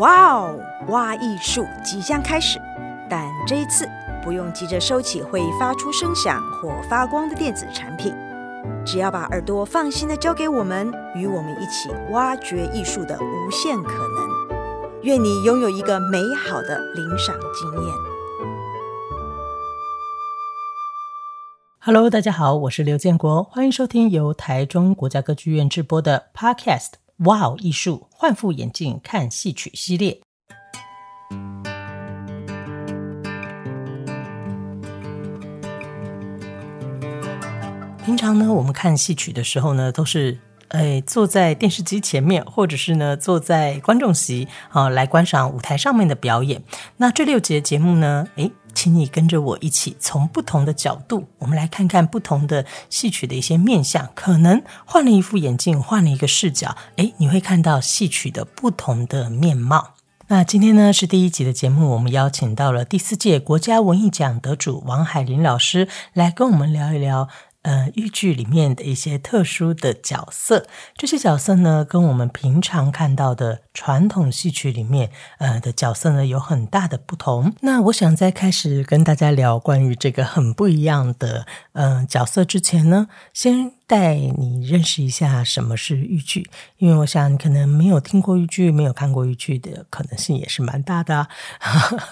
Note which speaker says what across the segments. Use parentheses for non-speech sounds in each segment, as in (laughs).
Speaker 1: 哇哦，挖艺术即将开始，但这一次不用急着收起会发出声响或发光的电子产品，只要把耳朵放心的交给我们，与我们一起挖掘艺术的无限可能。愿你拥有一个美好的领赏经验。
Speaker 2: Hello，大家好，我是刘建国，欢迎收听由台中国家歌剧院制播的 Podcast《哇哦艺术》，换副眼镜看戏曲系列。平常呢，我们看戏曲的时候呢，都是哎坐在电视机前面，或者是呢坐在观众席啊、来观赏舞台上面的表演。那这六节节目呢，诶，请你跟着我一起从不同的角度，我们来看看不同的戏曲的一些面相。可能换了一副眼镜，换了一个视角，诶，你会看到戏曲的不同的面貌。那今天呢是第一集的节目，我们邀请到了第四届国家文艺奖得主王海林老师来跟我们聊一聊。呃，豫剧里面的一些特殊的角色，这些角色呢，跟我们平常看到的传统戏曲里面呃的角色呢，有很大的不同。那我想在开始跟大家聊关于这个很不一样的呃角色之前呢，先带你认识一下什么是豫剧，因为我想你可能没有听过豫剧，没有看过豫剧的可能性也是蛮大的、啊。 (laughs)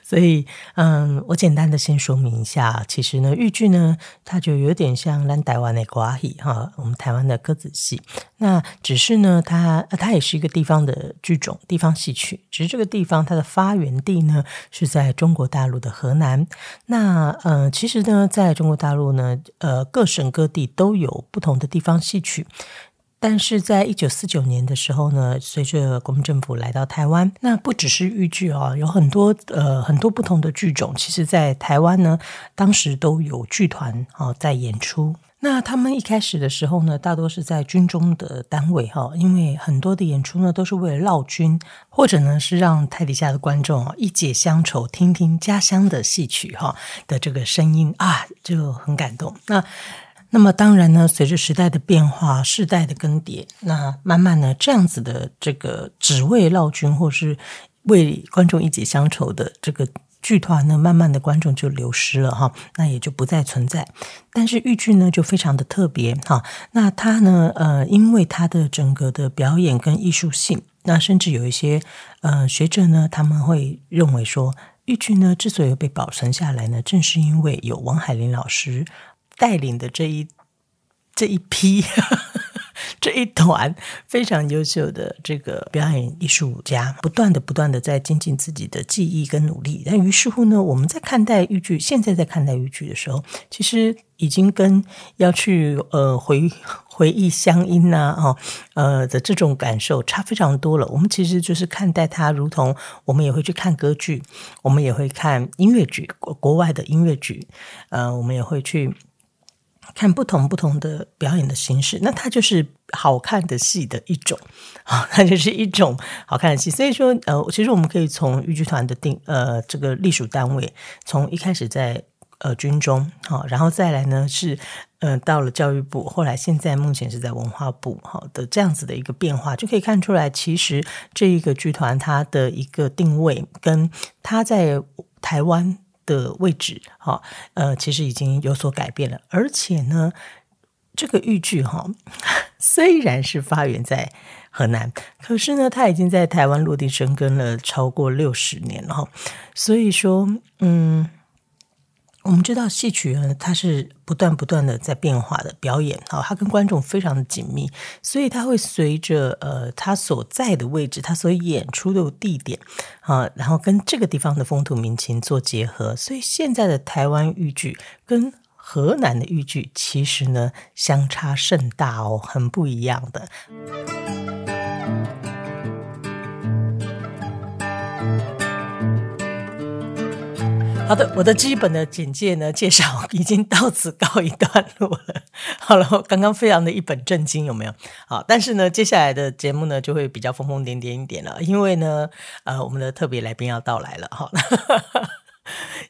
Speaker 2: 所以，嗯，我简单的先说明一下，其实呢，豫剧呢，它就有点像咱台湾的歌仔戏哈，我们台湾的歌子戏。那只是呢，它呃它也是一个地方的剧种，地方戏曲。只是这个地方它的发源地呢是在中国大陆的河南。那呃，其实呢，在中国大陆呢，呃，各省各地都有不同的地方戏曲。但是在一九四九年的时候呢，随着国民政府来到台湾，那不只是豫剧哦，有很多呃很多不同的剧种，其实在台湾呢，当时都有剧团哦在演出。那他们一开始的时候呢，大多是在军中的单位哈、哦，因为很多的演出呢都是为了绕军，或者呢是让台底下的观众啊、哦、一解乡愁，听听家乡的戏曲哈、哦、的这个声音啊，就很感动。那那么当然呢，随着时代的变化、世代的更迭，那慢慢呢，这样子的这个只为绕军或是为观众一解乡愁的这个剧团呢，慢慢的观众就流失了哈，那也就不再存在。但是豫剧呢，就非常的特别哈，那它呢，呃，因为它的整个的表演跟艺术性，那甚至有一些呃学者呢，他们会认为说。豫剧呢，之所以被保存下来呢，正是因为有王海林老师带领的这一这一批 (laughs) 这一团非常优秀的这个表演艺术家，不断的不断的在精进自己的技艺跟努力。但于是乎呢，我们在看待豫剧，现在在看待豫剧的时候，其实已经跟要去呃回回忆乡音呐、哦呃的这种感受差非常多了。我们其实就是看待它，如同我们也会去看歌剧，我们也会看音乐剧，国国外的音乐剧，呃，我们也会去。看不同不同的表演的形式，那它就是好看的戏的一种啊，它就是一种好看的戏。所以说，呃，其实我们可以从豫剧团的定呃这个隶属单位，从一开始在呃军中好、然后再来呢是呃到了教育部，后来现在目前是在文化部好、的这样子的一个变化，就可以看出来，其实这一个剧团它的一个定位跟它在台湾。的位置，哈、呃，其实已经有所改变了。而且呢，这个豫剧哈， (laughs) 虽然是发源在河南，可是呢，它已经在台湾落地生根了超过六十年了哈。所以说，嗯，我们知道戏曲呢，它是不断不断的在变化的表演，好，它跟观众非常的紧密，所以它会随着呃它所在的位置，它所演出的地点啊，然后跟这个地方的风土民情做结合，所以现在的台湾豫剧跟河南的豫剧其实呢相差甚大哦，很不一样的。好的，我的基本的简介呢，介绍 (laughs) 已经到此告一段落了。好了，我刚刚非常的一本正经，有没有？好，但是呢，接下来的节目呢，就会比较疯疯癫癫一点了，因为呢，呃，我们的特别来宾要到来了，哈。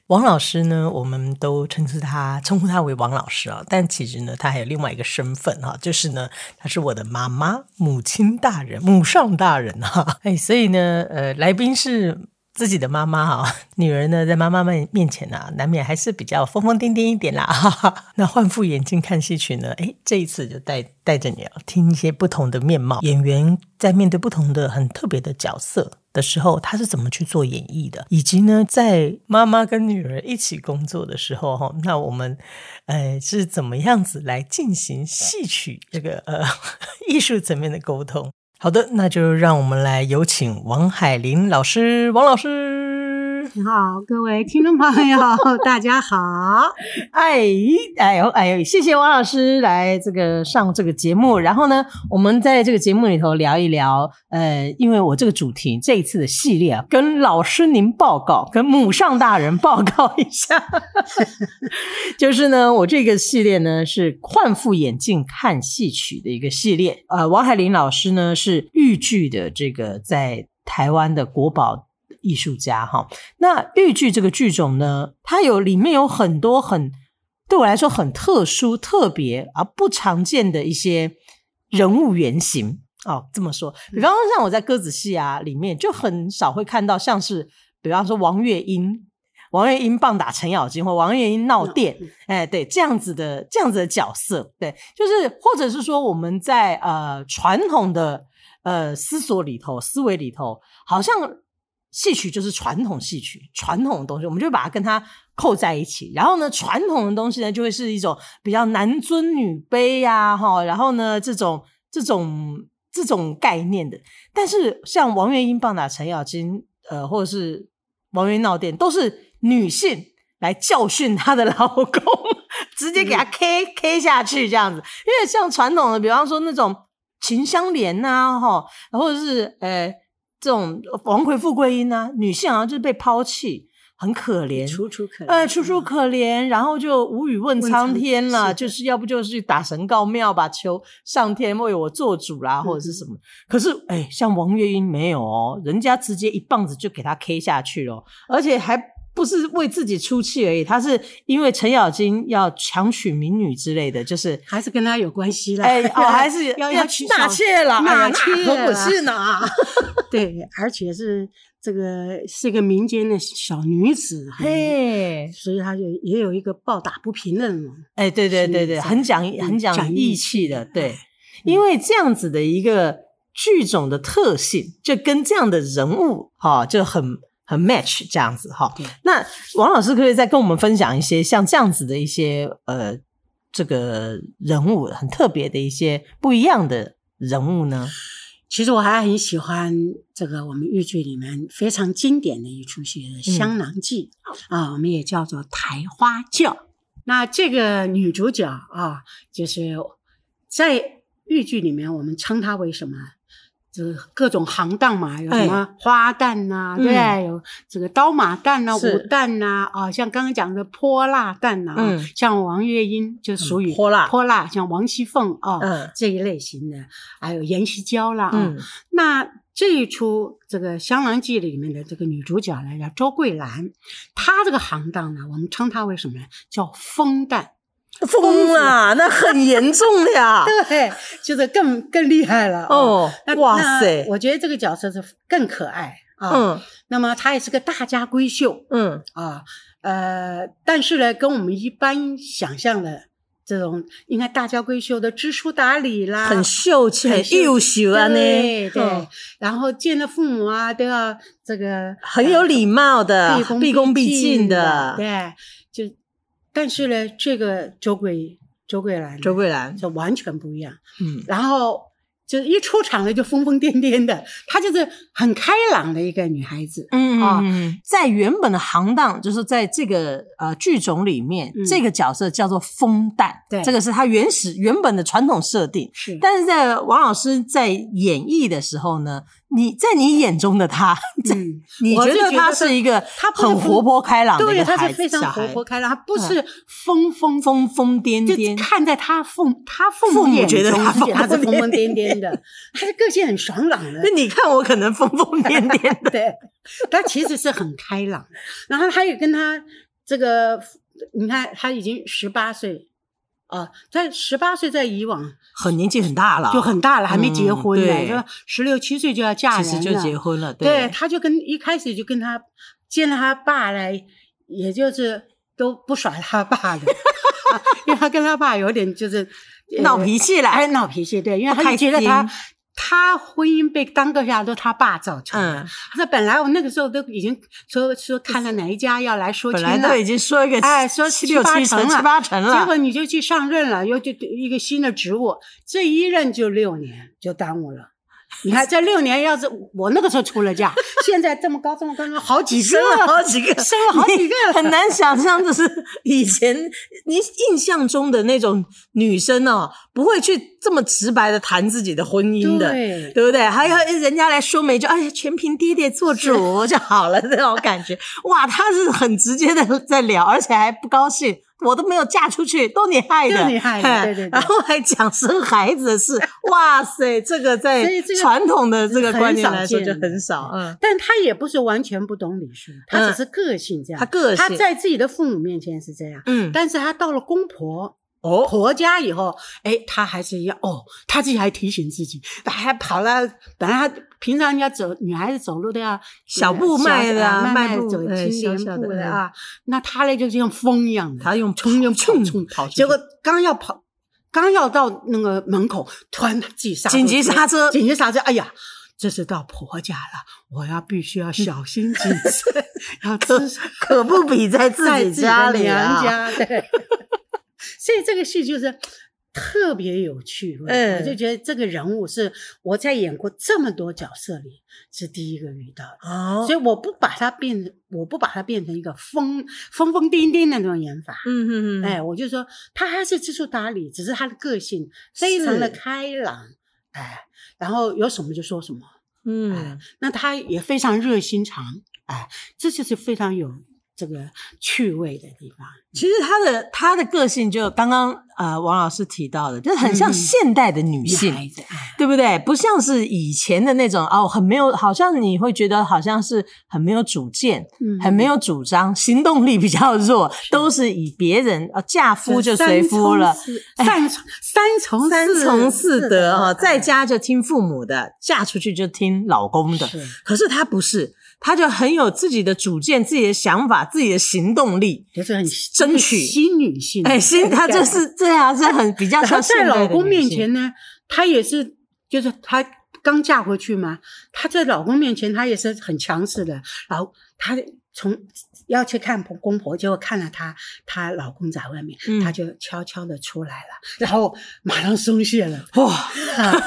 Speaker 2: 王老师呢，我们都称呼他称呼他为王老师啊、哦，但其实呢，他还有另外一个身份哈、哦，就是呢，他是我的妈妈、母亲大人、母上大人哈、啊。哎，所以呢，呃，来宾是自己的妈妈哈、哦，女儿呢在妈妈们面前呢、啊，难免还是比较疯疯癫癫一点啦。 (laughs) 哈哈那换副眼镜看戏曲呢，哎，这一次就带带着你啊，听一些不同的面貌，演员在面对不同的很特别的角色。的时候，他是怎么去做演绎的，以及呢，在妈妈跟女儿一起工作的时候，哈，那我们，呃，是怎么样子来进行戏曲这个呃 (laughs) 艺术层面的沟通？好的，那就让我们来有请王海林老师，王老师，
Speaker 3: 你好，各位听众朋友，大家好！
Speaker 2: 哎哎呦哎呦，谢谢王老师来这个上这个节目。然后呢，我们在这个节目里头聊一聊，呃，因为我这个主题这一次的系列啊，跟老师您报告，跟母上大人报告一下， (laughs) 就是呢，我这个系列呢是换副眼镜看戏曲的一个系列。呃，王海林老师呢是豫剧的这个在台湾的国宝艺术家哈。那豫剧这个剧种呢，它有里面有很多很对我来说很特殊、特别而不常见的一些人物原型。哦，这么说，比方说像我在歌子戏啊里面就很少会看到，像是比方说王月英。王月英棒打程咬金，或王月英闹电，哎，对，这样子的这样子的角色，对，就是或者是说我们在呃传统的呃思索里头、思维里头，好像戏曲就是传统戏曲、传统的东西，我们就把它跟它扣在一起。然后呢，传统的东西呢，就会是一种比较男尊女卑呀、哈，然后呢，这种这种这种概念的。但是像王月英棒打程咬金，呃，或者是王月闹电，都是女性来教训她的老公， (laughs) 直接给他 K、K 下去这样子。因为像传统的，比方说那种秦香莲呐、哈，或者是呃这种王魁富贵英呐、女性好像就是被抛弃，很可怜，
Speaker 3: 楚楚可怜，
Speaker 2: 呃，楚楚可怜，然后就无语问
Speaker 3: 问
Speaker 2: 苍
Speaker 3: 苍
Speaker 2: 天
Speaker 3: 是
Speaker 2: 了，
Speaker 3: 的
Speaker 2: 就是要不就是去打神告庙吧，求上天为我做主啦，或者是什么。可是，哎、像王月英没有哦，人家直接一棒子就给他 K 下去了，而且还不是为自己出气而已，他是因为程咬金要强娶民女之类的， (laughs) 就是。
Speaker 3: 还是跟他有关系啦。
Speaker 2: 哎，哦，
Speaker 3: (laughs)
Speaker 2: 还是
Speaker 3: 要要取
Speaker 2: 纳
Speaker 3: 巧
Speaker 2: 妾了，哎呀
Speaker 3: 纳妾
Speaker 2: 那可不
Speaker 3: 了
Speaker 2: 是呢。
Speaker 3: (laughs) 对，而且是这个是一个民间的小女子，嘿，
Speaker 2: 嘿，
Speaker 3: 所以她就也有一个抱打不平的嘛。
Speaker 2: 哎，对对
Speaker 3: 是
Speaker 2: 对对，
Speaker 3: 讲
Speaker 2: 很讲很讲
Speaker 3: 讲
Speaker 2: 义
Speaker 3: 义
Speaker 2: 气的，
Speaker 3: 气
Speaker 2: 对
Speaker 3: 哎，
Speaker 2: 因为这样子的一个剧种的特性，就跟这样的人物哈、就很很 match 这样子哈、
Speaker 3: 对
Speaker 2: 那王老师可不可以再跟我们分享一些像这样子的一些呃这个人物很特别的一些不一样的人物呢？
Speaker 3: 其实我还很喜欢这个我们豫剧里面非常经典的一出戏
Speaker 2: 嗯
Speaker 3: 《香囊记》啊，我们也叫做台花轿。那这个女主角啊，就是在豫剧里面，我们称她为什么？就是各种行当嘛，有什么花旦呐、
Speaker 2: 哎嗯
Speaker 3: 对不对，有这个刀马旦呐、
Speaker 2: 是
Speaker 3: 武旦呐、啊，像刚刚讲的泼辣旦呐、啊
Speaker 2: 嗯
Speaker 3: 像王月英就属于
Speaker 2: 嗯泼辣
Speaker 3: 泼辣，像王熙凤啊、
Speaker 2: 嗯
Speaker 3: 这一类型的，还有阎锡娇啦啊、
Speaker 2: 嗯
Speaker 3: 那这一出这个《香囊记》里面的这个女主角呢，叫周桂兰，她这个行当呢，我们称她为什么呢？叫风旦。嗯
Speaker 2: 疯
Speaker 3: 啊
Speaker 2: 了，那很严重的呀
Speaker 3: (laughs) 对，就是更更厉害了
Speaker 2: (laughs)
Speaker 3: 哦。
Speaker 2: 哦
Speaker 3: 那，
Speaker 2: 哇塞
Speaker 3: 那，我觉得这个角色是更可爱啊。
Speaker 2: 嗯
Speaker 3: 那么她也是个大家闺秀
Speaker 2: 嗯
Speaker 3: 啊，呃，但是呢，跟我们一般想象的这种应该大家闺秀的知书达理啦，
Speaker 2: 很秀气，
Speaker 3: 啊很
Speaker 2: 很
Speaker 3: 秀
Speaker 2: 优秀啊，呢，
Speaker 3: 对对、
Speaker 2: 嗯
Speaker 3: 然后见了父母啊，都要这个呃
Speaker 2: 很有礼貌的
Speaker 3: 毕，恭
Speaker 2: 毕恭毕
Speaker 3: 敬
Speaker 2: 敬的。
Speaker 3: 对，就但是呢，这个周桂周桂兰呢
Speaker 2: 周桂兰，
Speaker 3: 就完全不一样，
Speaker 2: 嗯，
Speaker 3: 然后。就一出场呢，就疯疯癫癫的，她就是很开朗的一个女孩子。
Speaker 2: 嗯
Speaker 3: 啊
Speaker 2: 在原本的行当，就是在这个呃剧种里面，
Speaker 3: 嗯
Speaker 2: 这个角色叫做风旦，
Speaker 3: 对
Speaker 2: 这个是他原始原本的传统设定。
Speaker 3: 是，
Speaker 2: 但是在王老师在演绎的时候呢，你在你眼中的他， (laughs) 在
Speaker 3: 嗯，
Speaker 2: 你
Speaker 3: 我
Speaker 2: 觉
Speaker 3: 是
Speaker 2: 得
Speaker 3: 觉
Speaker 2: 他
Speaker 3: 得
Speaker 2: 是一个
Speaker 3: 他不是
Speaker 2: 很
Speaker 3: 疯
Speaker 2: 活泼开朗的一
Speaker 3: 对，
Speaker 2: 个
Speaker 3: 他
Speaker 2: 孩
Speaker 3: 是
Speaker 2: 子，
Speaker 3: 非
Speaker 2: 小
Speaker 3: 常活
Speaker 2: 孩，嗯
Speaker 3: 泼开朗，他不是疯疯
Speaker 2: 疯疯癫
Speaker 3: 就
Speaker 2: 癫，
Speaker 3: 看在他父他父
Speaker 2: 父母
Speaker 3: 眼
Speaker 2: 觉得
Speaker 3: 中
Speaker 2: 他
Speaker 3: 是他
Speaker 2: 疯
Speaker 3: 是
Speaker 2: 疯
Speaker 3: 疯疯癫癫的，他的个性很爽朗的
Speaker 2: 那，你看我可能疯 (laughs) 疯癫癫的，
Speaker 3: (laughs) 对，他其实是很开朗的。然后他也跟他这个，你看他已经十八岁，啊、在十八岁在以往
Speaker 2: 很年纪很大了，
Speaker 3: 就很大了，还没结
Speaker 2: 嗯
Speaker 3: 婚
Speaker 2: 对
Speaker 3: 呢，说十六七岁就要嫁
Speaker 2: 其
Speaker 3: 人
Speaker 2: 实就
Speaker 3: 了
Speaker 2: 结婚了，
Speaker 3: 对，他就跟一开始就跟他见了他爸来，也就是都不甩他 (laughs) 爸的，因为他跟他爸有点就是呃
Speaker 2: 闹脾气了，
Speaker 3: 哎，闹脾气，对，因为
Speaker 2: 不
Speaker 3: 他
Speaker 2: 开
Speaker 3: 就觉得
Speaker 2: 心
Speaker 3: 他他婚姻被耽搁下来都是他爸造成的。
Speaker 2: 嗯，
Speaker 3: 他说本来我那个时候都已经说说看了哪一家要来说
Speaker 2: 本
Speaker 3: 亲
Speaker 2: 来
Speaker 3: 了
Speaker 2: 都。已经说一个
Speaker 3: 哎说
Speaker 2: 七
Speaker 3: 七
Speaker 2: 六
Speaker 3: 八
Speaker 2: 七
Speaker 3: 成
Speaker 2: 成
Speaker 3: 了
Speaker 2: 七八成
Speaker 3: 结
Speaker 2: 了，
Speaker 3: 果你就去上任了，又就一个新的职务，这一任就六年，就耽误了。你看，这六年要是我那个时候出了嫁，现在这么高，这么高，这么好几个
Speaker 2: 生了
Speaker 3: 了，
Speaker 2: 好几个，
Speaker 3: 生了好几个
Speaker 2: 你很难想象，就是以前你印象中的那种女生哦，不会去这么直白的谈自己的婚姻的，
Speaker 3: 对，
Speaker 2: 对不对？还要人家来说媒就哎呀，全凭爹爹做主就好了 (laughs) 那种感觉。哇，他是很直接的在聊，而且还不高兴，我都没有嫁出去，都你害的，
Speaker 3: 都你害的
Speaker 2: 嘿
Speaker 3: 对对对
Speaker 2: 然后还讲生孩子
Speaker 3: (laughs)
Speaker 2: 的事，哇塞，这个在
Speaker 3: 所以这个
Speaker 2: 传统的这个
Speaker 3: 很
Speaker 2: 观念
Speaker 3: 少
Speaker 2: 来说
Speaker 3: 见
Speaker 2: 就
Speaker 3: 的
Speaker 2: 很少，嗯，
Speaker 3: 但他也不是完全不懂礼数，他
Speaker 2: 嗯
Speaker 3: 只是个性这样。
Speaker 2: 他个性，
Speaker 3: 他在自己的父母面前是这样，
Speaker 2: 嗯，哦
Speaker 3: 但是他到了公婆。婆家以后，哎，他还是一样哦，他自己还提醒自己，他还跑了。本来他平常人家走，女孩子走路都要
Speaker 2: 小步迈的啊
Speaker 3: 小
Speaker 2: 迈
Speaker 3: 慢慢
Speaker 2: 步
Speaker 3: 走，
Speaker 2: 哎
Speaker 3: 轻
Speaker 2: 小小
Speaker 3: 廉
Speaker 2: 的
Speaker 3: 步的啊。那他嘞就像风一样的，
Speaker 2: 他用
Speaker 3: 冲就
Speaker 2: 冲
Speaker 3: 冲冲
Speaker 2: 跑出去
Speaker 3: 结果刚要跑，刚要到那个门口，突然他自己刹住
Speaker 2: 紧急刹车
Speaker 3: 紧急刹车，哎呀！这是到婆家了，我要必须要小心谨慎，
Speaker 2: (laughs)
Speaker 3: 要知
Speaker 2: 可不比在自
Speaker 3: 在
Speaker 2: 己家里啊，
Speaker 3: 娘家对。
Speaker 2: (laughs)
Speaker 3: 所以这个戏就是特别有趣，
Speaker 2: 嗯
Speaker 3: 我就觉得这个人物是我在演过这么多角色里是第一个遇到的。
Speaker 2: 哦
Speaker 3: 所，以我不把它变成，我不把它变成一个疯疯疯癫癫的那种演法，
Speaker 2: 嗯嗯嗯，
Speaker 3: 哎，我就说他还是知书达理，只是他的个性非常的
Speaker 2: 是
Speaker 3: 开朗，哎，然后有什么就说什么，
Speaker 2: 嗯，
Speaker 3: 啊那他也非常热心肠，哎，这就是非常有这个趣味的地方。
Speaker 2: 其实她的她的个性就刚刚呃王老师提到的，就很像
Speaker 3: 嗯
Speaker 2: 现代的女性，
Speaker 3: 女孩子，哎
Speaker 2: 对不对？不像是以前的那种哦，很没有，好像你会觉得好像是很没有主见，
Speaker 3: 嗯
Speaker 2: 很没有主张，行动力比较弱，都是以别人呃嫁夫就随夫了。哎
Speaker 3: 三从三从
Speaker 2: 三
Speaker 3: 四
Speaker 2: 从四德啊，在
Speaker 3: 哎
Speaker 2: 家就听父母的，嫁出去就听老公的。
Speaker 3: 是
Speaker 2: 可是她不是，她就很有自己的主见、自己的想法、自己的行动力。
Speaker 3: 就是很
Speaker 2: 争取
Speaker 3: 新女性，
Speaker 2: 哎，是她就。是啊这样，是很比较
Speaker 3: 然后
Speaker 2: 像
Speaker 3: 在
Speaker 2: 现代的
Speaker 3: 老公
Speaker 2: 女
Speaker 3: 面
Speaker 2: 性
Speaker 3: 前呢，她也是，就是她刚嫁回去嘛，她在老公面前她也是很强势的。然后她从要去看婆公婆，结果看了她，她老公在外面，
Speaker 2: 嗯
Speaker 3: 她就悄悄的出来了，然后马上松懈了。
Speaker 2: 哇，
Speaker 3: 啊，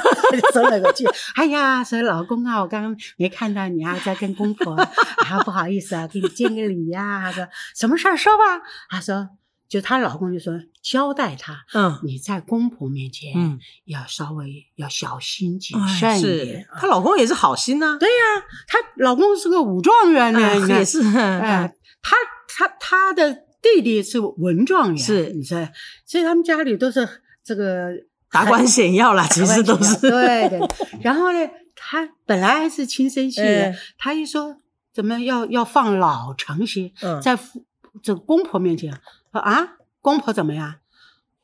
Speaker 3: 走了过去。 (laughs) 哎呀，说老公啊，我刚刚没看到你啊，在跟公婆，啊，不好意思啊，给你敬个礼呀、她说什么事儿说吧。她说，就她老公就说交代她，
Speaker 2: 嗯
Speaker 3: 你在公婆面前，
Speaker 2: 嗯，
Speaker 3: 要稍微要小心谨
Speaker 2: 哎
Speaker 3: 慎一
Speaker 2: 是
Speaker 3: 点。
Speaker 2: 她老公也是好心呐，
Speaker 3: 对呀、她老公是个武状元呢，你
Speaker 2: 嗯
Speaker 3: 看
Speaker 2: 也是，
Speaker 3: 哎，他他他的弟弟是文状元，
Speaker 2: 嗯是
Speaker 3: 你说，所以他们家里都是这个
Speaker 2: 达官 (laughs) 显要啦，其实都是
Speaker 3: 对对。然后呢，他本来还是亲生戏的
Speaker 2: 嗯，
Speaker 3: 他一说怎么要要放老成戏
Speaker 2: 嗯，
Speaker 3: 在父这个公婆面前说啊，公婆怎么样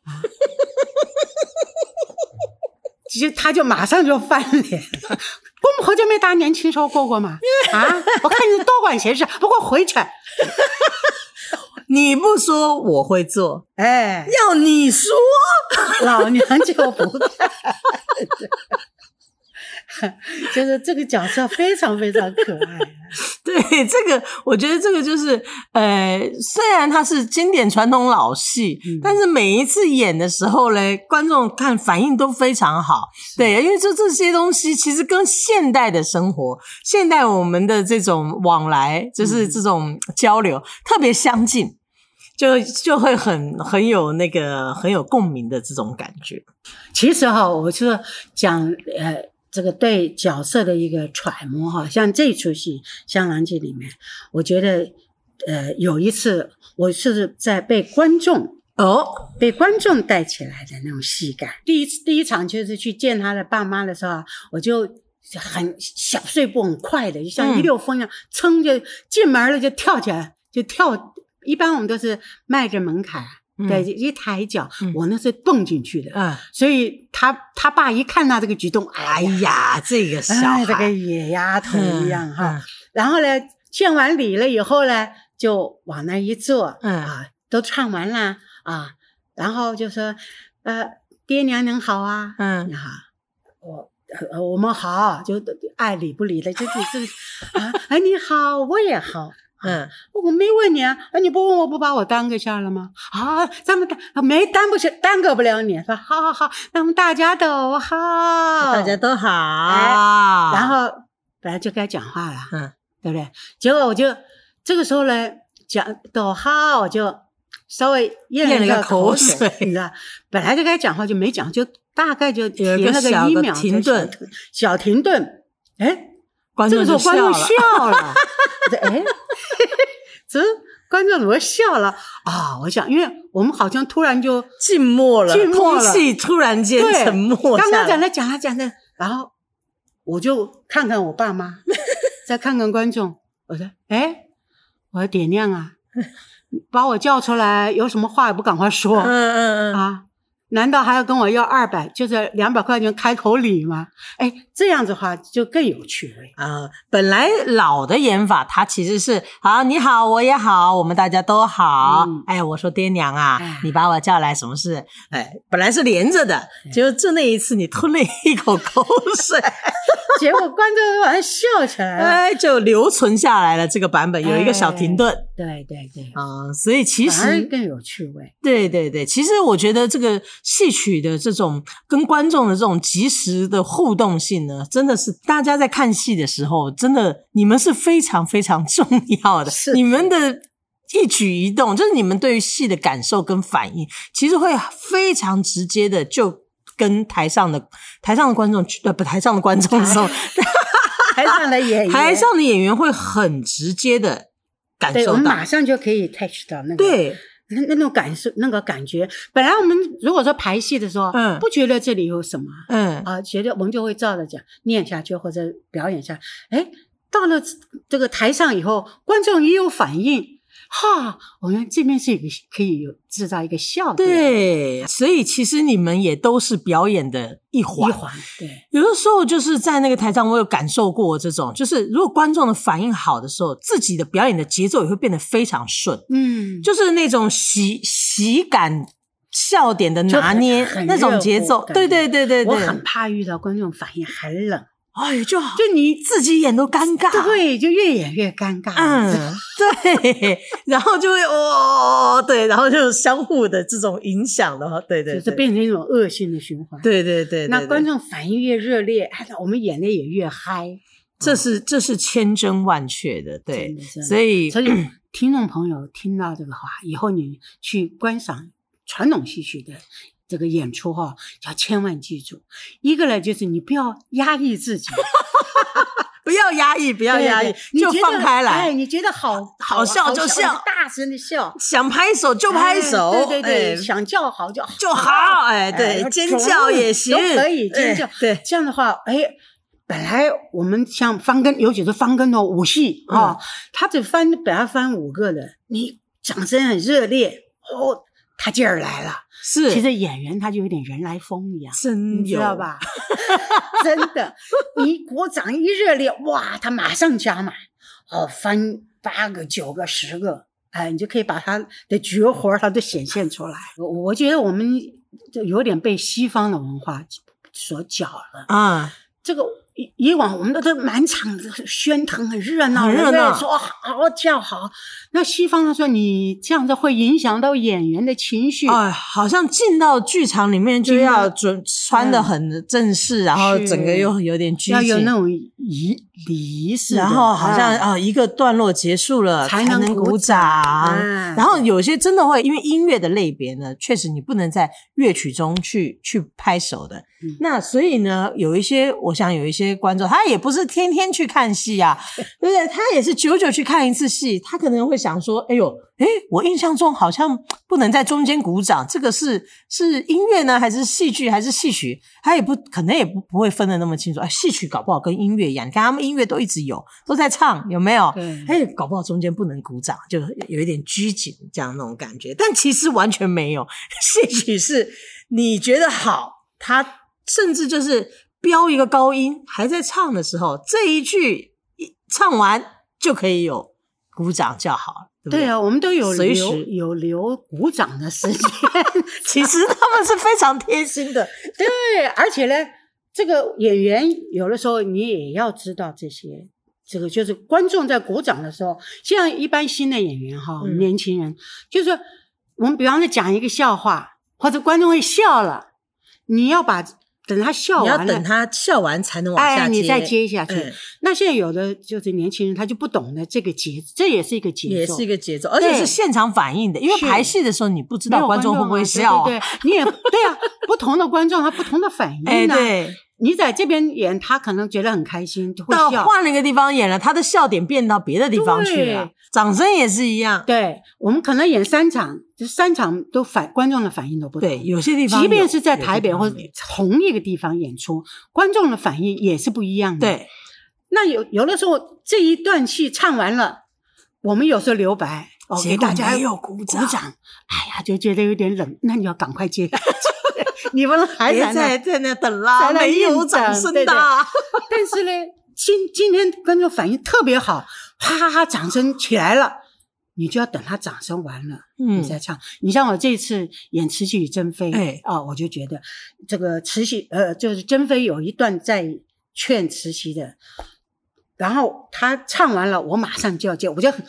Speaker 3: 啊？其实他就马上就翻脸，公婆就没当年亲手过过吗？啊，我看你多管闲事，不给我回去！
Speaker 2: 你不说我会做，
Speaker 3: 哎，
Speaker 2: 要你说，
Speaker 3: 老娘就不干。就是这个角色非常非常可爱，啊
Speaker 2: (laughs) 对这个，我觉得这个就是，呃，虽然它是经典传统老戏，
Speaker 3: 嗯
Speaker 2: 但是每一次演的时候嘞，观众看反应都非常好，对，因为就这些东西其实跟现代的生活、现代我们的这种往来，就是
Speaker 3: 嗯
Speaker 2: 这种交流、特别相近。就就会很很有那个很有共鸣的这种感觉，
Speaker 3: 其实哈，我是讲呃，这个对角色的一个揣摩哈，像这出戏《香囊记》里面，我觉得，呃，有一次我是在被观众
Speaker 2: 哦，
Speaker 3: 被观众带起来的那种戏感。第一次第一场就是去见他的爸妈的时候，啊我就很小碎步很快的，就像
Speaker 2: 嗯
Speaker 3: 一溜风一样，噌就进门了就跳起来，就跳。一般我们都是迈着门槛，啊
Speaker 2: 嗯
Speaker 3: 对，一抬脚，
Speaker 2: 嗯
Speaker 3: 我那是蹦进去的。
Speaker 2: 啊，
Speaker 3: 所以他他爸一看他这个举动，哎
Speaker 2: 哎
Speaker 3: 呀，
Speaker 2: 呀，这个小孩
Speaker 3: 哎，
Speaker 2: 嗯
Speaker 3: 这个野丫头一样哈。，然后呢，献完礼了以后呢，就往那一坐，
Speaker 2: 嗯
Speaker 3: 啊，都唱完了啊，然后就说，呃，爹娘您好啊，
Speaker 2: 嗯嗯
Speaker 3: 啊，我呃我们好，就爱理不理的，就是这 (laughs) 啊，哎你好，我也好。
Speaker 2: 嗯，
Speaker 3: 我没问你啊，啊你不问我不把我耽搁下了吗？啊，咱们耽没耽不是耽搁不了你，说好好好，那我们大家都好，
Speaker 2: 大家都好，哎然
Speaker 3: 然后本来就该讲话了，
Speaker 2: 啊嗯，
Speaker 3: 对不对？结果我就这个时候呢，讲逗号，我就稍微
Speaker 2: 咽
Speaker 3: 咽
Speaker 2: 了
Speaker 3: 一
Speaker 2: 个
Speaker 3: 个
Speaker 2: 口
Speaker 3: 口
Speaker 2: 水
Speaker 3: (laughs) 你知道，本来就该讲话就没讲，就大概就停
Speaker 2: 有一个
Speaker 3: 了
Speaker 2: 小
Speaker 3: 一
Speaker 2: 的
Speaker 3: 秒
Speaker 2: 停
Speaker 3: 的小
Speaker 2: 顿
Speaker 3: 停，小停顿，哎，
Speaker 2: 观
Speaker 3: 这
Speaker 2: 众
Speaker 3: 个时
Speaker 2: 就
Speaker 3: 候观众
Speaker 2: 笑了
Speaker 3: 笑了，这哎， (laughs) 这观众怎么笑了啊？我想，因为我们好像突然就
Speaker 2: (laughs) 静默了，
Speaker 3: 静默了
Speaker 2: 空气突然间
Speaker 3: 对
Speaker 2: 沉默
Speaker 3: 刚
Speaker 2: 下
Speaker 3: 刚
Speaker 2: 来，
Speaker 3: 讲的讲了讲的，然后我就看看我爸 (laughs) 妈，再看看观众，我说：“哎，我说点亮 (laughs) 啊，把我叫出来，有什么话也不赶快说
Speaker 2: 嗯嗯嗯，
Speaker 3: 啊？难道还要跟我要二百，就是两百块钱开口礼吗？哎，这样子的话就更有趣 (laughs) 味。
Speaker 2: 啊，本来老的演法，它其实是好，你好，我也好，我们大家都好。
Speaker 3: 嗯
Speaker 2: 哎，我说爹娘啊，
Speaker 3: 哎
Speaker 2: 你把我叫来什么事？哎，本来是连着的，结果就那一次你吞了一口口水，
Speaker 3: 结果观众晚上笑起来 (laughs) 了。
Speaker 2: (laughs) 哎，就留存下来了。这个版本有一个小停顿
Speaker 3: 对对对，
Speaker 2: 啊、所以其
Speaker 3: 反而
Speaker 2: 实
Speaker 3: 更有趣 (laughs) 味。
Speaker 2: 对对对，其实我觉得这个戏曲的这种跟观众的这种及时的互动性呢，真的是大家在看戏的时候，真的你们是非常非常 (laughs) 重要的，
Speaker 3: 是
Speaker 2: 你们的。一举一动，就是你们对于戏的感受跟反应，其实会非常直接的就跟台上的台上的观众去，呃，不，台上的观众说，
Speaker 3: 台上的演员，
Speaker 2: 台上的演员会很直接的感
Speaker 3: 对，我
Speaker 2: 受
Speaker 3: 们
Speaker 2: 到，
Speaker 3: 马上就可以 touch 到那个。
Speaker 2: 对，
Speaker 3: 那那种感受，那个感觉，本来我们如果说排戏的时候，
Speaker 2: 嗯
Speaker 3: 不觉得这里有什么
Speaker 2: 嗯，
Speaker 3: 啊，觉得我们就会照着讲念下去或者表演下，哎，到了这个台上以后，观众也有反应，哈，我们这边是有个可以有制造一个笑点，
Speaker 2: 对，所以其实你们也都是表演的一环。
Speaker 3: 一环，对，
Speaker 2: 有的时候就是在那个台上，我有感受过这种，就是如果观众的反应好的时候，自己的表演的节奏也会变得非常顺，
Speaker 3: 嗯，
Speaker 2: 就是那种喜喜感、笑点的拿捏
Speaker 3: 就很很
Speaker 2: 那种节奏
Speaker 3: 热乎。感
Speaker 2: 对对
Speaker 3: 觉
Speaker 2: 对对
Speaker 3: 我
Speaker 2: 对，
Speaker 3: 很怕遇到观众反应很冷，
Speaker 2: 哎，就好，
Speaker 3: 就你
Speaker 2: 自己演都尴尬。
Speaker 3: (laughs) 对，啊就越演越尴尬，
Speaker 2: 嗯，对，然后就会哦，对，然后就相互的这种影响的话，对对
Speaker 3: 就是
Speaker 2: 对，
Speaker 3: 变成一种恶性的循环，
Speaker 2: 对对对，
Speaker 3: 那
Speaker 2: 对
Speaker 3: 观众反应越热烈，哎，那我们演的也越嗨。
Speaker 2: 这是这是千真万确的，对
Speaker 3: 嗯真的，真的
Speaker 2: 所以
Speaker 3: 所以听众朋友听到这个话，以后你去观赏传统戏曲的这个演出哈、要千万记住，一个呢就是你不要压抑
Speaker 2: (laughs)
Speaker 3: 自己，
Speaker 2: 不要压抑，不要压抑
Speaker 3: 对对，你
Speaker 2: 就
Speaker 3: 觉得
Speaker 2: 放开
Speaker 3: 哎，
Speaker 2: 来，
Speaker 3: 你觉得好
Speaker 2: 好笑就笑
Speaker 3: 你大声的笑，
Speaker 2: 想拍手就拍手，
Speaker 3: 哎对对对，
Speaker 2: 哎
Speaker 3: 想叫好就
Speaker 2: 就好，哎，对，
Speaker 3: 哎
Speaker 2: 尖叫也行，
Speaker 3: 都可以尖叫
Speaker 2: 哎对，
Speaker 3: 这样的话，哎，本来我们像翻跟，尤其是翻跟头舞戏啊，
Speaker 2: 嗯
Speaker 3: 他只翻本来翻五个人，你掌声很热烈，哦，他劲儿来了。
Speaker 2: 是，
Speaker 3: 其实演员他就有点人来疯一样。
Speaker 2: 真
Speaker 3: 你
Speaker 2: 嗯
Speaker 3: 知
Speaker 2: 有
Speaker 3: 道？吧？ (laughs) 真的，你鼓掌一热烈，哇，他马上加码，哦，翻八个、九个、十个，哎，你就可以把他的绝活儿他都显现出来。我我觉得我们就有点被西方的文化所搅了。
Speaker 2: 啊，
Speaker 3: 这个以以往我们都都满场子喧腾，很热闹，
Speaker 2: 很热
Speaker 3: 人家
Speaker 2: 闹
Speaker 3: 说好叫好。那西方他说你这样子会影响到演员的情绪，
Speaker 2: 哎，好像进到剧场里面就
Speaker 3: 进到
Speaker 2: 要准穿的很正式，然后整个又有点拘
Speaker 3: 嗯要有
Speaker 2: 谨
Speaker 3: 那，种仪离似的，
Speaker 2: 然后好像
Speaker 3: 啊
Speaker 2: 啊、一个段落结束了
Speaker 3: 才
Speaker 2: 能
Speaker 3: 能鼓
Speaker 2: 鼓掌，
Speaker 3: 啊
Speaker 2: 然后有些真的会因为音乐的类别呢，确实你不能在乐曲中去去拍手的。
Speaker 3: 嗯
Speaker 2: 那所以呢，有一些我想有一些观众，他也不是天天去看戏啊，对不对？他也是久久去看一次戏，他可能会想说：“哎呦，哎，我印象中好像不能在中间鼓掌，这个是是音乐呢，还是戏剧，还是戏曲？”他也不可能也不不会分得那么清楚。哎，戏曲搞不好跟音乐一样，你看他们音乐都一直有，都在唱，有没有？
Speaker 3: 对
Speaker 2: 哎，搞不好中间不能鼓掌，就有一点拘谨这样那种感觉。但其实完全没有， (laughs) 戏曲是你觉得好，他甚至就是飙一个高音，还在唱的时候，这一句一唱完就可以有鼓掌叫好了，对不对？
Speaker 3: 对啊，我们都有
Speaker 2: 随
Speaker 3: 留
Speaker 2: 时
Speaker 3: 有留鼓掌的时间。
Speaker 2: 其实他们是非常贴心的，
Speaker 3: 对，而且呢，这个演员有的时候你也要知道这些，这个就是观众在鼓掌的时候，像一般新的演员哈，
Speaker 2: 嗯
Speaker 3: 年轻人，就是说我们比方说讲一个笑话，或者观众会笑了，你要把等他 (laughs) 笑
Speaker 2: 你
Speaker 3: 完
Speaker 2: 要
Speaker 3: 了，
Speaker 2: 等他笑完才能往下
Speaker 3: 哎，
Speaker 2: 接，
Speaker 3: 你再接下去。
Speaker 2: 嗯
Speaker 3: 那现在有的就是年轻人他就不懂得这个节，这也是一个节奏，
Speaker 2: 也是一个节奏，而且是现场反应的，因为
Speaker 3: 是
Speaker 2: 排戏的时候你不知
Speaker 3: 没
Speaker 2: 道
Speaker 3: 有
Speaker 2: 观众会不会笑、
Speaker 3: 啊，对对对，你也对啊，不同的观众他不同的反
Speaker 2: 哎，
Speaker 3: 应呢、啊
Speaker 2: 对，
Speaker 3: 你在这边演，他可能觉得很开心，就会
Speaker 2: 到
Speaker 3: 笑。
Speaker 2: 换了一个地方演了，他的笑点变到别的地方去了
Speaker 3: 对，
Speaker 2: 掌声也是一样。
Speaker 3: 对我们可能演三场，这三场都反观众的反应都不同。
Speaker 2: 对，，有些地方有，
Speaker 3: 即便是在台北
Speaker 2: 有些
Speaker 3: 或
Speaker 2: 地方没有
Speaker 3: 同一个地方演出，观众的反应也是不一样的。，
Speaker 2: 对，
Speaker 3: 那有有的时候这一段戏唱完了，我们有时候留白，哦，
Speaker 2: 结
Speaker 3: 给
Speaker 2: 果
Speaker 3: 大家
Speaker 2: 没有鼓
Speaker 3: 鼓
Speaker 2: 掌，
Speaker 3: 掌，哎呀，就觉得有点冷，那你要赶
Speaker 2: (laughs)
Speaker 3: 快接，你们还
Speaker 2: 别
Speaker 3: 在那
Speaker 2: 在在那等啦，
Speaker 3: 在那
Speaker 2: 没有
Speaker 3: 硬等
Speaker 2: 掌声
Speaker 3: 对
Speaker 2: 的
Speaker 3: 对。 (laughs) 但是呢，今今天观众反应特别好，哈哈哈，掌声起来了，你就要等他掌声完了，
Speaker 2: 嗯
Speaker 3: 你再唱。你像我这次演《慈禧与珍妃》，
Speaker 2: 哎
Speaker 3: 啊、我就觉得这个慈禧，呃，就是珍妃有一段在劝慈禧的，然后她唱完了，我马上就要接，我就很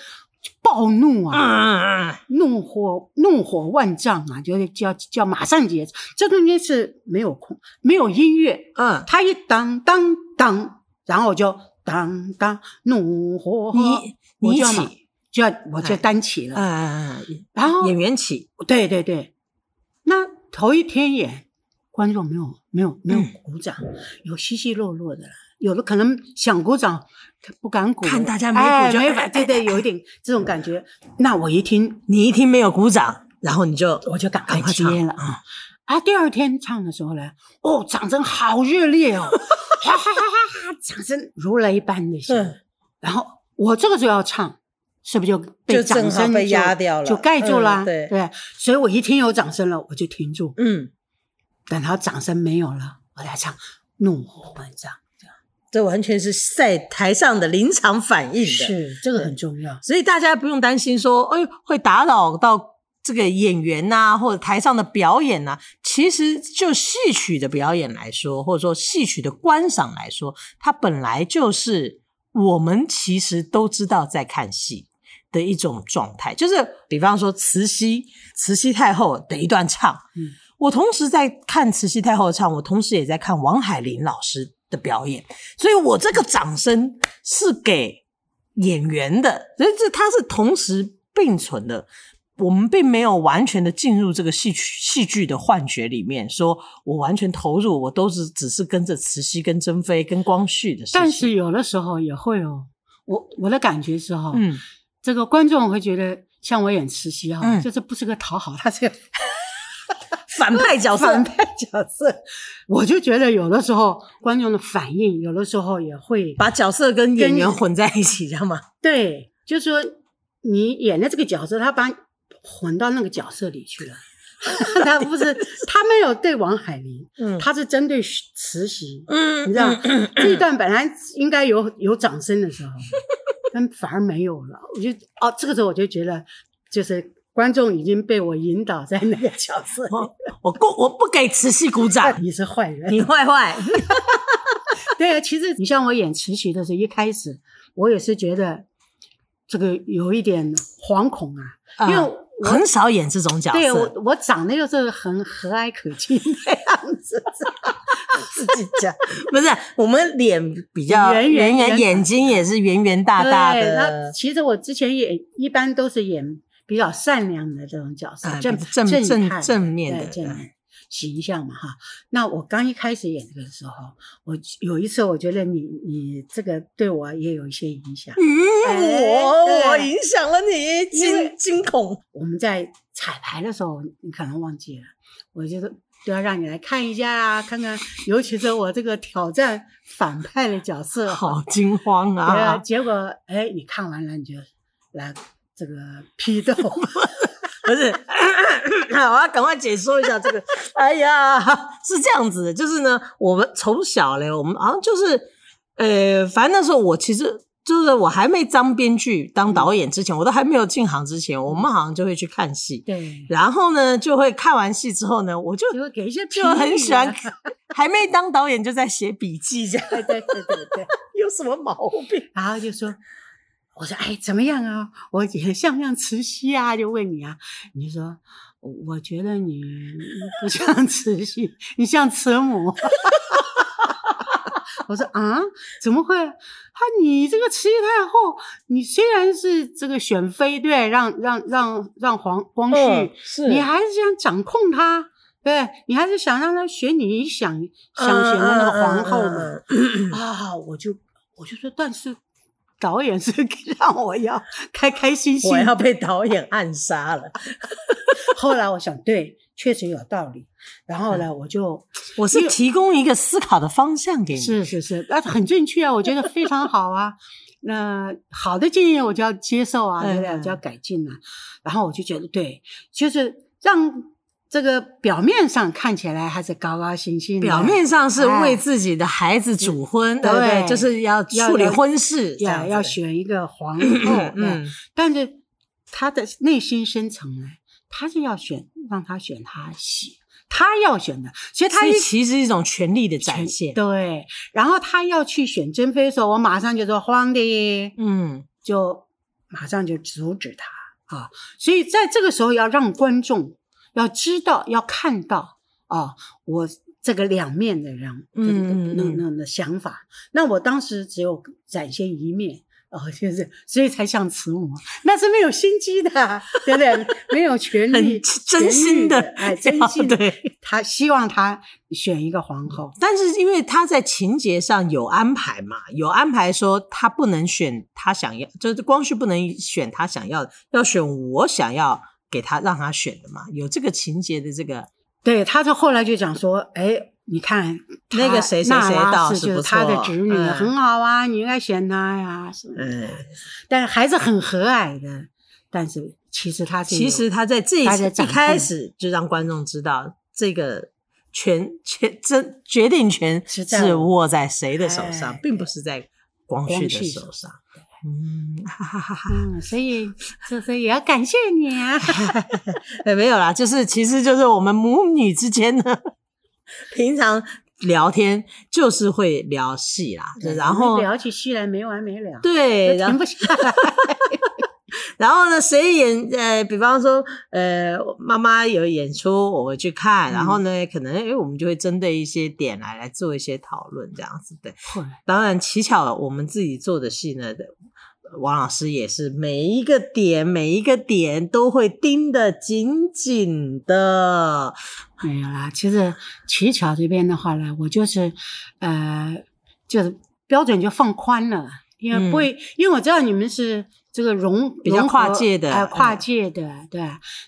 Speaker 3: 暴怒啊。
Speaker 2: 嗯嗯嗯，
Speaker 3: 怒火怒火万丈啊，就是叫叫马上结，这中间是没有空，没有音乐，
Speaker 2: 嗯，
Speaker 3: 他一当当当，然后我就当当怒火，
Speaker 2: 你
Speaker 3: 我
Speaker 2: 你
Speaker 3: 就
Speaker 2: 一
Speaker 3: 要马
Speaker 2: 起，
Speaker 3: 就要我就
Speaker 2: 哎
Speaker 3: 单起了。
Speaker 2: 嗯嗯嗯
Speaker 3: 然后
Speaker 2: 嗯，演员起，
Speaker 3: 对对对，那头一天演，观众没有没有没有
Speaker 2: 嗯
Speaker 3: 鼓掌，有稀稀落落的了，有的可能想鼓掌不敢鼓了，
Speaker 2: 看大家没鼓
Speaker 3: 哎
Speaker 2: 就
Speaker 3: 没
Speaker 2: 哎 (laughs)
Speaker 3: 法，
Speaker 2: 哎
Speaker 3: 对对，有一点这种感觉。那我一听，
Speaker 2: 你一听没有鼓掌，然后你就
Speaker 3: 我就赶快
Speaker 2: 赶快
Speaker 3: 接
Speaker 2: 唱
Speaker 3: 了啊。啊，第二天唱的时候呢，哦，掌声好热
Speaker 2: (laughs)
Speaker 3: 烈哦，哈哈哈哈哈，掌声如雷般的响。
Speaker 2: 嗯
Speaker 3: 然后我这个时候要唱，是不是就被
Speaker 2: 就正
Speaker 3: 掌
Speaker 2: 好
Speaker 3: 声
Speaker 2: 被
Speaker 3: 就
Speaker 2: 压掉了
Speaker 3: 就盖住了啊？
Speaker 2: 嗯对
Speaker 3: 所以我一听有掌声了，我就停住，
Speaker 2: 嗯，
Speaker 3: 等到掌声没有了，我再唱《怒火万丈
Speaker 2: 这完全是在台上的临场反应》。的，
Speaker 3: 是，这个很重要。
Speaker 2: 所以大家不用担心说，哎呦，会打扰到这个演员呐、或者台上的表演呐、其实就戏曲的表演来说，或者说戏曲的观赏来说，它本来就是我们其实都知道在看戏。的一种状态，就是比方说慈禧，慈禧太后的一段唱，
Speaker 3: 嗯
Speaker 2: 我同时在看慈禧太后的唱，我同时也在看王海林老师的表演，所以我这个掌声是给演员的，所以这它是同时并存的。我们并没有完全的进入这个戏曲戏剧的幻觉里面，说我完全投入，我都是只是跟着慈禧、跟珍妃、跟光绪的事情。
Speaker 3: 但是，有的时候也会哦，我我的感觉是哈、
Speaker 2: 嗯，
Speaker 3: 这个观众会觉得像我演慈禧哈、
Speaker 2: 嗯
Speaker 3: 这这不是个讨
Speaker 2: (laughs)
Speaker 3: 好，他是个
Speaker 2: 反派角色
Speaker 3: (laughs) 反，派角
Speaker 2: (laughs)
Speaker 3: 色。我就觉得有的时候观众的反应，有的时候也会
Speaker 2: 把角色跟演员
Speaker 3: 跟
Speaker 2: 混在一起，知道吗？
Speaker 3: 对，就是说你演的这个角色，他把你混到那个角色里去了。 (laughs) 他
Speaker 2: (laughs)
Speaker 3: 不是，他没有对王海林，
Speaker 2: 嗯
Speaker 3: 他是针对
Speaker 2: (laughs)
Speaker 3: 慈禧。
Speaker 2: 嗯
Speaker 3: 你知道，这一段本来应该有有掌声的时候，但反而没有了。我就哦，这个时候我就觉得，就是观众已经被我引导在那个角色里。
Speaker 2: 我我不我不给慈禧鼓掌，
Speaker 3: 你是坏
Speaker 2: (laughs)
Speaker 3: 人，
Speaker 2: 你坏坏。
Speaker 3: 对啊，其实你像我演慈禧的时候，一开始我也是觉得这个有一点惶恐啊，因为
Speaker 2: 啊很少演这种角色，
Speaker 3: 对我我长得又是很和蔼可亲的样子，
Speaker 2: 自己讲，不是我们脸比较
Speaker 3: 圆圆
Speaker 2: 圆
Speaker 3: 圆
Speaker 2: 眼睛也是圆圆 (laughs) 大大
Speaker 3: 对那
Speaker 2: 的，
Speaker 3: 其实我之前也一般都是演比较善良的这种角色，
Speaker 2: 啊
Speaker 3: 正
Speaker 2: 正正
Speaker 3: 派
Speaker 2: 正面
Speaker 3: 对
Speaker 2: 的
Speaker 3: 正
Speaker 2: 嗯
Speaker 3: 面形象嘛哈。那我刚一开始演这个时候，我有一次我觉得你你这个对我也有一些影响。
Speaker 2: 嗯，我
Speaker 3: 哎
Speaker 2: 我
Speaker 3: 对
Speaker 2: 影响了你，
Speaker 3: 因为
Speaker 2: 惊惊恐，
Speaker 3: 我们在彩排的时候，你可能忘记了，我就都要让你来看一下啊，看看，尤其是我这个挑战反派的角色，
Speaker 2: 好惊慌
Speaker 3: 对啊，
Speaker 2: 啊！
Speaker 3: 结果哎，你看完了你就来这个
Speaker 2: (laughs)
Speaker 3: 批斗，
Speaker 2: 不是，我要赶快解说一下这个。哎呀，是这样子的，就是呢，我们从小嘞，我们好像就是，呃，反正那时候我其实就是我还没当编剧、当导演之前，我都还没有进行之前，我们好像就会去看戏，
Speaker 3: (laughs) 对，
Speaker 2: 然后呢，就会看完戏之后呢，我就
Speaker 3: 就会给一些批
Speaker 2: 就
Speaker 3: 评啊
Speaker 2: 很喜欢，还没当导演就在写笔记，这样
Speaker 3: (laughs) 对对对对对，
Speaker 2: 有什么毛病？
Speaker 3: 然后就说。我说哎，怎么样啊？我姐像不像慈禧啊？就问你啊，你就说，我我觉得你不像慈禧，你像慈母。 (laughs) 我说啊，怎么会？他你这个慈禧太后，你虽然是这个选妃，对，让让让让皇光绪、
Speaker 2: 是
Speaker 3: 你还是想掌控他，对你还是想让他选你想
Speaker 2: 嗯
Speaker 3: 想选的那个皇后嘛？啊，我就我就说，但是导演是 (laughs) 让我要开开心心
Speaker 2: 我。要被导演暗杀了。
Speaker 3: (laughs) 后来我想，对，确实有道理。然后呢，我就
Speaker 2: 我是提供一个思考的方向给你。
Speaker 3: 是是是，那很正确啊，我觉得非常好啊。那好的建议我就要接受啊，对不对？我就要
Speaker 2: 嗯
Speaker 3: 改进啊。然后我就觉得，对，就是让这个表面上看起来还是高高兴兴的，
Speaker 2: 表面上是
Speaker 3: 哎嗯
Speaker 2: 为自己的孩子主婚，对不对？
Speaker 3: 对
Speaker 2: 就是要
Speaker 3: 要
Speaker 2: 处理
Speaker 3: 要
Speaker 2: 婚事，这样
Speaker 3: 要
Speaker 2: 子
Speaker 3: 要选一个皇后，嗯，
Speaker 2: 嗯，
Speaker 3: 但是他的内心深层呢，他是要选，让他选他喜，他要选的，所以他
Speaker 2: 它
Speaker 3: 一
Speaker 2: 其实是一种权力的展现。
Speaker 3: 对，然后他要去选珍妃的时候，我马上就说皇帝，
Speaker 2: 嗯，
Speaker 3: 就马上就阻止他啊。所以在这个时候，要让观众要知道，要看到啊，我这个两面的人，
Speaker 2: 嗯嗯
Speaker 3: 那
Speaker 2: 嗯
Speaker 3: 那那想法。那我当时只有展现一面。哦，就是，所以才像慈母，那是没有心机的啊，对不对？ (laughs) 没有权力，
Speaker 2: 很真心 (laughs)
Speaker 3: 的
Speaker 2: 的，，
Speaker 3: 哎，真心的。
Speaker 2: 对。
Speaker 3: 他希望他选一个皇后，
Speaker 2: 但是因为他在情节上有安排嘛，有安排说他不能选他想要，就是光绪不能选他想要的，要选我想要给他让他选的嘛，有这个情节的这个
Speaker 3: 对，他就后来就讲说，哎，你看他
Speaker 2: 那个谁谁谁
Speaker 3: 纳拉
Speaker 2: 倒
Speaker 3: 氏
Speaker 2: 是
Speaker 3: 就
Speaker 2: 不
Speaker 3: 是他的
Speaker 2: 错
Speaker 3: 侄女，
Speaker 2: 嗯
Speaker 3: 很好啊，你应该选她呀。什么的
Speaker 2: 嗯，
Speaker 3: 但是还是很和蔼的，但是其实他是
Speaker 2: 其
Speaker 3: 有
Speaker 2: 实他在这一
Speaker 3: 大家
Speaker 2: 次
Speaker 3: 掌
Speaker 2: 一
Speaker 3: 控
Speaker 2: 开始就让观众知道这个权权真决定权
Speaker 3: 是在我
Speaker 2: 是握在谁的手上，
Speaker 3: 哎
Speaker 2: 并不是在光绪
Speaker 3: 光
Speaker 2: 的
Speaker 3: 绪
Speaker 2: 手
Speaker 3: 手
Speaker 2: 上。嗯， (laughs) 哈哈哈哈，
Speaker 3: 嗯，
Speaker 2: (laughs)
Speaker 3: 所以这所以也要感谢你啊。
Speaker 2: 哎没有啦，就是其实就是我们母女之间
Speaker 3: (laughs)
Speaker 2: 呢，平常聊天就是会聊戏啦，就 (laughs) 然后
Speaker 3: 我们 (laughs) 聊起戏来没完没了，
Speaker 2: 对，
Speaker 3: 就
Speaker 2: 然后
Speaker 3: 停不下来。
Speaker 2: 然后呢，谁演？呃，比方说，呃，妈妈有演出，我会去看。
Speaker 3: 嗯
Speaker 2: 然后呢，可能诶，我们就会针对一些点来来做一些讨论，这样子对。
Speaker 3: (laughs)
Speaker 2: (laughs) 当然，奇巧我们自己做的戏呢，王老师也是每一个点每一个点都会盯得紧紧的。
Speaker 3: 没有啦，哎其实乞巧这边的话呢，我就是，呃，就是标准就放宽了，因为不会，因为我知道你们是这个融
Speaker 2: 嗯比较
Speaker 3: 融合
Speaker 2: 跨界的
Speaker 3: 呃，
Speaker 2: 嗯
Speaker 3: 跨界的，对。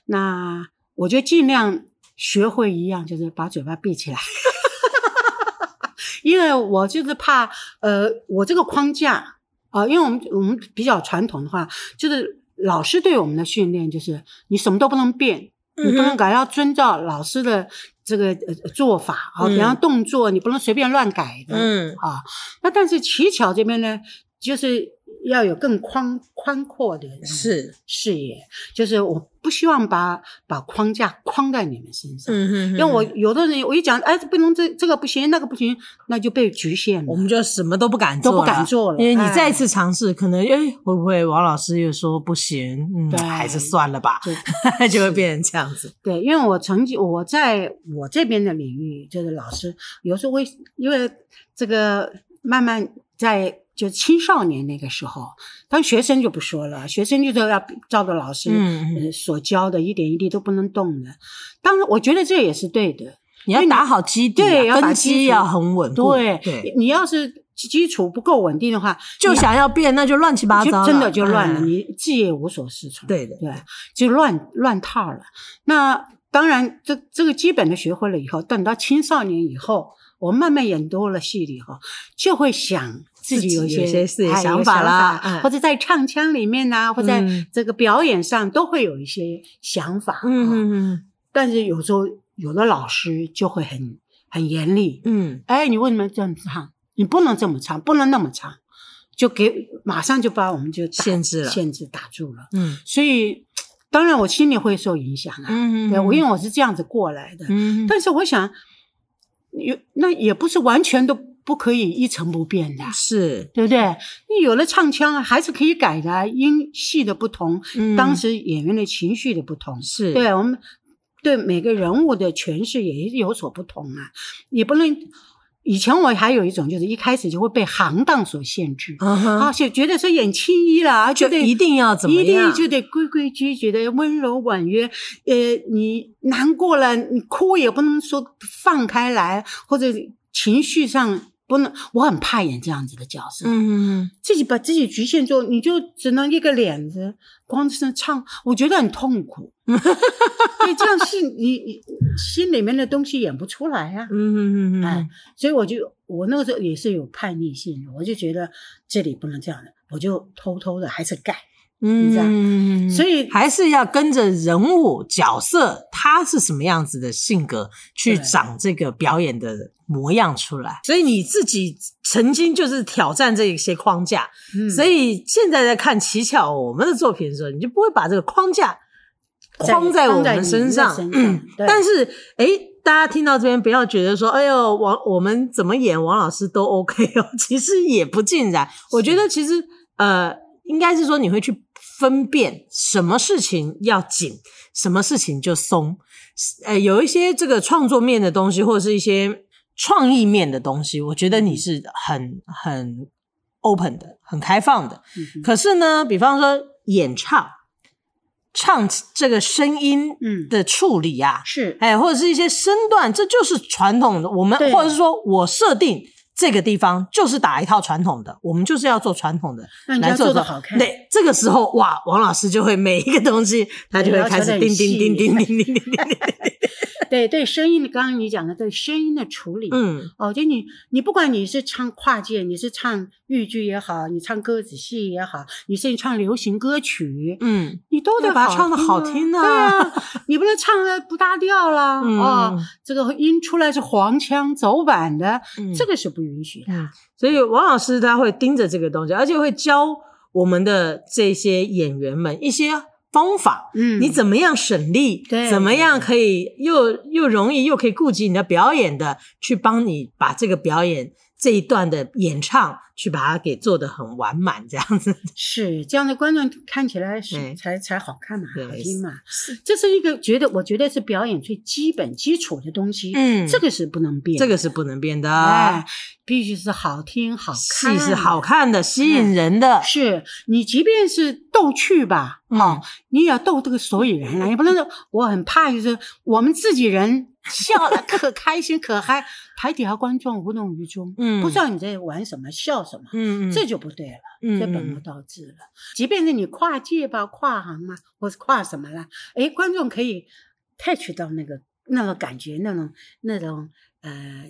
Speaker 3: 那我就尽量学会一样，就是把嘴巴闭起来， (laughs) 因为我就是怕，呃，我这个框架，啊、因为我们我们比较传统的话，就是老师对我们的训练就是你什么都不能变，你
Speaker 2: 嗯
Speaker 3: 不能改，要遵照老师的这个呃做法啊，
Speaker 2: 嗯
Speaker 3: 比方动作你不能随便乱改的。
Speaker 2: 嗯
Speaker 3: 啊，那但是乞巧这边呢，就是要有更宽宽阔的
Speaker 2: 是，
Speaker 3: 视野，就是我不希望把把框架框在你们身上。
Speaker 2: 嗯哼，
Speaker 3: 因为我有的人，我一讲，哎，这不能这这个不行，那个不行，那就被局限了，
Speaker 2: 我们就什么都不敢做，
Speaker 3: 都不敢，做了。
Speaker 2: 因为你
Speaker 3: 哎
Speaker 2: 再次尝试，可能哎会不会王老师又说不行，嗯，
Speaker 3: 对
Speaker 2: 还是算了
Speaker 3: (laughs)
Speaker 2: 吧，
Speaker 3: 就
Speaker 2: 就会变成这样子。
Speaker 3: 对，因为我曾经我在我这边的领域，就是老师有时候会因为这个慢慢在就青少年那个时候，当学生就不说了，学生就是要照着老师、
Speaker 2: 嗯，嗯
Speaker 3: 呃、所教的一点一滴都不能动的。当然，我觉得这也是对的。
Speaker 2: 你要打好基底啊，
Speaker 3: 对要打
Speaker 2: 根
Speaker 3: 基
Speaker 2: 基
Speaker 3: 础
Speaker 2: 要很稳固，
Speaker 3: 对，
Speaker 2: 对，
Speaker 3: 你要是基础不够稳定的话，
Speaker 2: 就想要变，那就乱七八
Speaker 3: 就
Speaker 2: 糟了，
Speaker 3: 真的就乱了，
Speaker 2: 嗯
Speaker 3: 你自己也无所适从。
Speaker 2: 对的，
Speaker 3: 对，就乱乱套了。那当然，这这个基本的学会了以后，等到青少年以后，我慢慢演多了戏了以后，就会想自己有一
Speaker 2: 自己有一些自己的
Speaker 3: 哎
Speaker 2: 想
Speaker 3: 有
Speaker 2: 法
Speaker 3: 法
Speaker 2: 啦嗯
Speaker 3: 或者在唱腔里面呐、或在
Speaker 2: 嗯
Speaker 3: 这个表演上都会有一些想法。啊，
Speaker 2: 嗯嗯
Speaker 3: 但是有时候有的老师就会很很严厉，
Speaker 2: 嗯，
Speaker 3: 哎，你为什么这样唱？你不能这么唱，不能那么唱，就给马上就把我们就打
Speaker 2: 限制了
Speaker 3: 限制打住了。
Speaker 2: 嗯
Speaker 3: 所以，当然我心里会受影响啊。
Speaker 2: 嗯，
Speaker 3: 对，我
Speaker 2: 用
Speaker 3: 因为我是这样子过来的，
Speaker 2: 嗯
Speaker 3: 但是我想，有那也不是完全都不可以一成不变的啊，
Speaker 2: 是，
Speaker 3: 对不对？你有了唱腔啊还是可以改的啊，音系的不同，
Speaker 2: 嗯
Speaker 3: 当时演员的情绪的不同，
Speaker 2: 是
Speaker 3: 对我们对每个人物的诠释也是有所不同啊，也不能。以前我还有一种，就是一开始就会被行当所限制，
Speaker 2: 嗯哼
Speaker 3: 啊，就觉得说演青衣了，啊，
Speaker 2: 就
Speaker 3: 觉得
Speaker 2: 一定要怎么
Speaker 3: 一定
Speaker 2: 样
Speaker 3: 就得规规矩矩的、温柔婉约。呃，你难过了，你哭也不能说放开来，或者情绪上不能。我很怕演这样子的角色，
Speaker 2: 嗯嗯
Speaker 3: 自己把自己局限住，你就只能一个脸子光是唱，我觉得很痛
Speaker 2: (laughs)
Speaker 3: 苦。对，这样是你你心里面的东西演不出来呀、啊。
Speaker 2: 嗯嗯
Speaker 3: 哎
Speaker 2: 嗯，，
Speaker 3: 所以我就我那个时候也是有叛逆性的，我就觉得这里不能这样的，我就偷偷的还是改。
Speaker 2: 嗯
Speaker 3: 你知道
Speaker 2: 嗯嗯
Speaker 3: 所以
Speaker 2: 还是要跟着人物角色，他是什么样子的性格去
Speaker 3: 对
Speaker 2: 长这个表演的模样出来。所以你自己曾经就是挑战这一些框架，
Speaker 3: 嗯
Speaker 2: 所以现在在看乞巧我们的作品的时候，你就不会把这个框架
Speaker 3: 在
Speaker 2: 框在我
Speaker 3: 框在
Speaker 2: 们
Speaker 3: 你
Speaker 2: 身
Speaker 3: 的
Speaker 2: 上。
Speaker 3: 身
Speaker 2: 嗯
Speaker 3: 上，对
Speaker 2: 但是诶。大家听到这边，不要觉得说，哎呦，王我们怎么演王老师都 OK 哦， (laughs) 其实也不尽然。我觉得其实呃，应该是说你会去分辨什么事情要紧，什么事情就松。呃，有一些这个创作面的东西，或者是一些创意面的东西，我觉得你是很很 open 的，很开放的。
Speaker 3: 嗯哼
Speaker 2: 可是呢，比方说演唱，唱这个声音
Speaker 3: 嗯
Speaker 2: 的处理啊，
Speaker 3: 是
Speaker 2: 哎，或者是一些身段，这就是传统的。我们
Speaker 3: 对
Speaker 2: 或者是说我设定这个地方就是打一套传统的，我们就是要做传统的
Speaker 3: 那你就
Speaker 2: 来
Speaker 3: 要
Speaker 2: 做
Speaker 3: 做得
Speaker 2: 这
Speaker 3: 好看
Speaker 2: 对，这个时候哇，王老师就会每一个东西，他就会开始
Speaker 3: 对
Speaker 2: 叮叮叮叮
Speaker 3: 要
Speaker 2: 叮叮
Speaker 3: (laughs)
Speaker 2: 叮叮叮。
Speaker 3: 对对声音的，刚刚你讲的对声音的处理，，
Speaker 2: 嗯
Speaker 3: 哦，就你你不管你是唱跨界，你是唱豫剧也好，你唱歌子戏也好，你甚至唱流行歌曲，
Speaker 2: 嗯，
Speaker 3: 你都得
Speaker 2: 要把它
Speaker 3: 好
Speaker 2: 唱得
Speaker 3: 听
Speaker 2: 好
Speaker 3: 啊
Speaker 2: 听啊
Speaker 3: 对啊，你不能唱的不搭调啦，
Speaker 2: 嗯
Speaker 3: 哦，这个音出来是黄腔走板的，
Speaker 2: 嗯
Speaker 3: 这个是不允许的。
Speaker 2: 所以王老师他会盯着这个东西，而且会教我们的这些演员们一些方法。
Speaker 3: 嗯，
Speaker 2: 你怎么样省力？
Speaker 3: 对
Speaker 2: 怎么样可以又又容易又可以顾及你的表演的，去帮你把这个表演这一段的演唱，去把它给做得很完满，这样子。
Speaker 3: 是这样的观众看起来
Speaker 2: 对
Speaker 3: 是才才好看嘛，
Speaker 2: 对
Speaker 3: 好听嘛，这是一个觉得我觉得是表演最基本基础的东西，
Speaker 2: 嗯
Speaker 3: 这个是不能变，
Speaker 2: 这个是不能变的，
Speaker 3: 哎，必须是好听好看，
Speaker 2: 戏是好，看的，吸引人的。
Speaker 3: 是你即便是逗趣吧，
Speaker 2: 嗯，
Speaker 3: 你也要逗这个所以然来，也不能说我很怕就是我们自己人笑的可开心可嗨，台底下观众无动于衷，
Speaker 2: 嗯
Speaker 3: 不知道你在玩什么笑什么，
Speaker 2: 嗯，嗯
Speaker 3: 这就不对了。
Speaker 2: 嗯
Speaker 3: 这本末倒置了。即便是你跨界吧、跨行嘛，或是跨什么啦，哎，观众可以 catch 到那个那个感觉，那种那种呃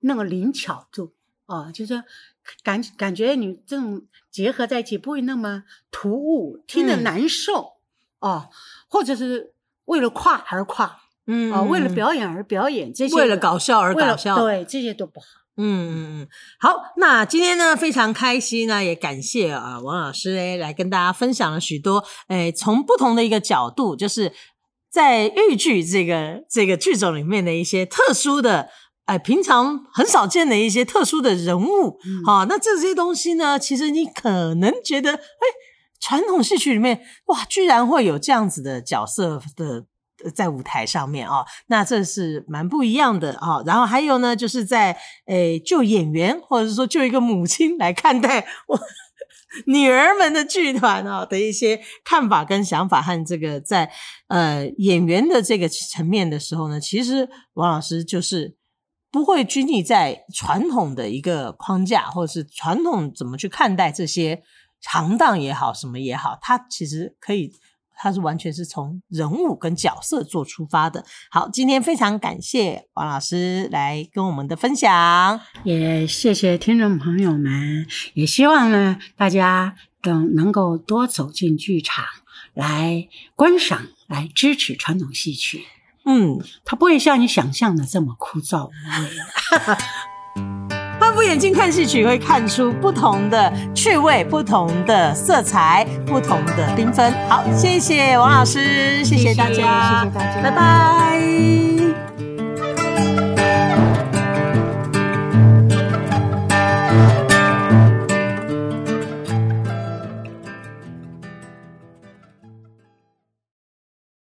Speaker 3: 那个灵巧度哦，就是说感感觉你这种结合在一起不会那么突兀，听着
Speaker 2: 嗯
Speaker 3: 难受、哦，或者是为了跨而跨
Speaker 2: 嗯
Speaker 3: 啊哦，为了表演而表演，这些
Speaker 2: 为了搞笑而
Speaker 3: 为了
Speaker 2: 搞笑，
Speaker 3: 对这些都不好。
Speaker 2: 嗯嗯嗯，好，那今天呢非常开心呢，也感谢啊、呃王老师诶来跟大家分享了许多诶从不同的一个角度，就是在豫剧这个这个剧种里面的一些特殊的。哎，平常很少见的一些特殊的人物，
Speaker 3: 嗯
Speaker 2: 好、那这些东西呢，其实你可能觉得，哎，传统戏曲里面，哇，居然会有这样子的角色的。呃在舞台上面啊、那这是蛮不一样的啊、然后还有呢，就是在诶、就演员或者是说就一个母亲来看待我女儿们的剧团啊、的一些看法跟想法和这个在呃演员的这个层面的时候呢，其实王老师就是不会拘泥在传统的一个框架，或者是传统怎么去看待这些行当也好，什么也好，他其实可以。他是完全是从人物跟角色做出发的。好，今天非常感谢王老师来跟我们的分享。
Speaker 3: 也谢谢听众朋友们，也希望呢大家等能够多走进剧场来观赏，来支持传统戏曲，
Speaker 2: 嗯，
Speaker 3: 它不会像你想象的这么枯燥无味。
Speaker 2: 半副眼镜看戏曲会看出不同的趣味、不同的色彩、不同的缤纷。好，谢谢王老师，谢谢大家，
Speaker 3: 谢谢大家
Speaker 2: 拜拜。